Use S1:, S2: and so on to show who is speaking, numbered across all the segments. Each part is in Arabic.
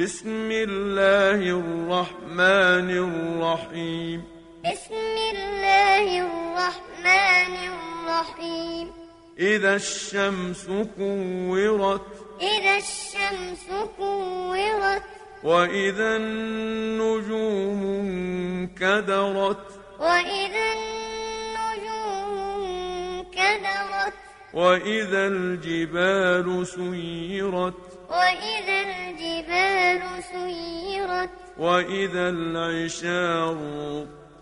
S1: بسم الله الرحمن الرحيم
S2: بسم الله الرحمن الرحيم
S1: إذا الشمس كورت
S2: إذا الشمس كورت
S1: وإذا النجوم انكدرت
S2: وإذا النجوم انكدرت
S1: وإذا الجبال سيرت
S2: وإذا الجبال سيرت
S1: وإذا العشار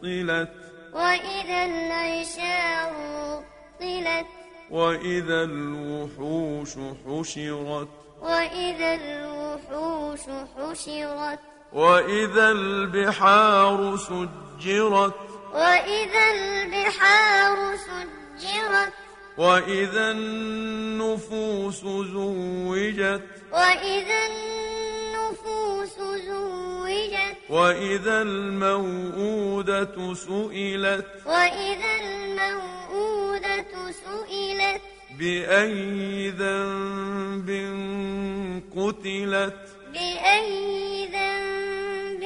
S1: طلت
S2: وإذا العشار طلت
S1: وإذا الوحوش حشرت
S2: وإذا الوحوش حشرت
S1: وإذا البحار سجرت
S2: وإذا البحار سجرت
S1: وإذا النفوس زوجت
S2: وإذا النفوس زوجت
S1: وإذا الموءودة سئلت
S2: وإذا الموءودة سئلت
S1: بأي ذنب قتلت
S2: بأي ذنب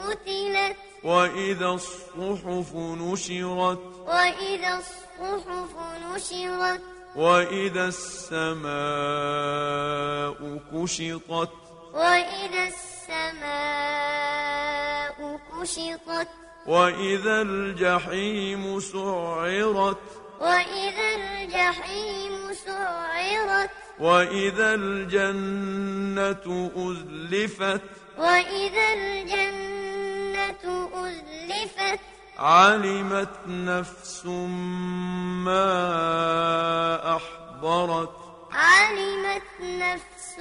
S2: قتلت
S1: وإذا الصحف نشرت
S2: وإذا الصحف نشرت
S1: وإذا السماء كشطت
S2: وإذا السماء كشطت
S1: وإذا الجحيم سعرت
S2: وإذا الجحيم سعرت
S1: وإذا الجنة أزلفت
S2: وإذا الجنة أزلفت
S1: علمت نفس ما أحضرت
S2: علمت نفس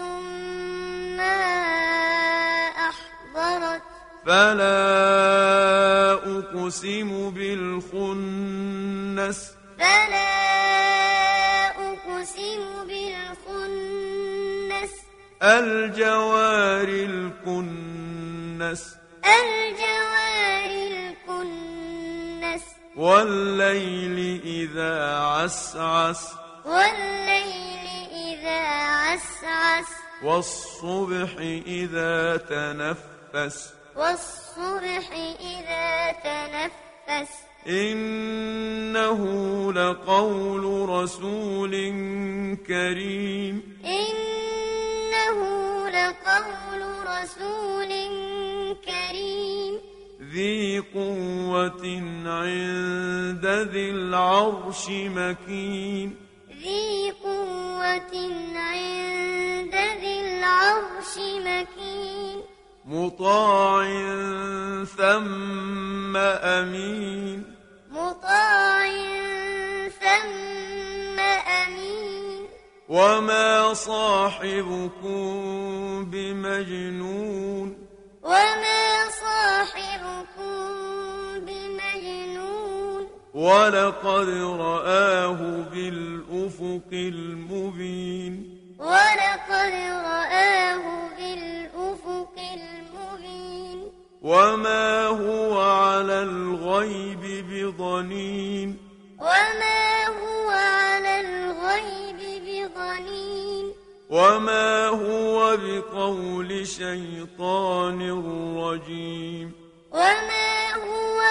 S2: ما أحضرت
S1: فلا أقسم بالخنس
S2: فلا أقسم بالخنس
S1: الجوار الكنس
S2: الجوار الكنس
S1: والليل إذا عسعس
S2: والليل إذا عسعس
S1: والصبح إذا تنفس
S2: والصبح إذا تنفس
S1: إنه لقول رسول كريم
S2: إنه لقول رسول كريم
S1: ذي قوة عند ذي العرش مكين
S2: ذي قوة عند ذي العرش مكين
S1: مطاع ثم أمين
S2: مطاع ثم أمين
S1: وما صاحبكم بمجنون
S2: وما صاحبكم بمجنون
S1: ولقد رآه بالأفق المبين
S2: ولقد رآه بالأفق المبين
S1: وما هو على الغيب بضنين
S2: وما هو على الغيب بضنين
S1: وما هو بقول شيطان رجيم
S2: وما هو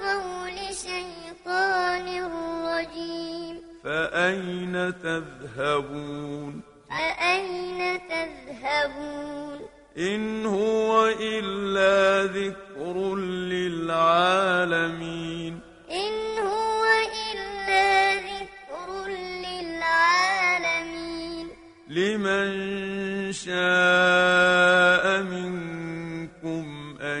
S2: بقول شيطان رجيم
S1: فأين تذهبون
S2: فأين تذهبون
S1: إن هو إلا ذكر للعالمين
S2: إن هو إلا ذكر للعالمين
S1: لمن شاء منكم أن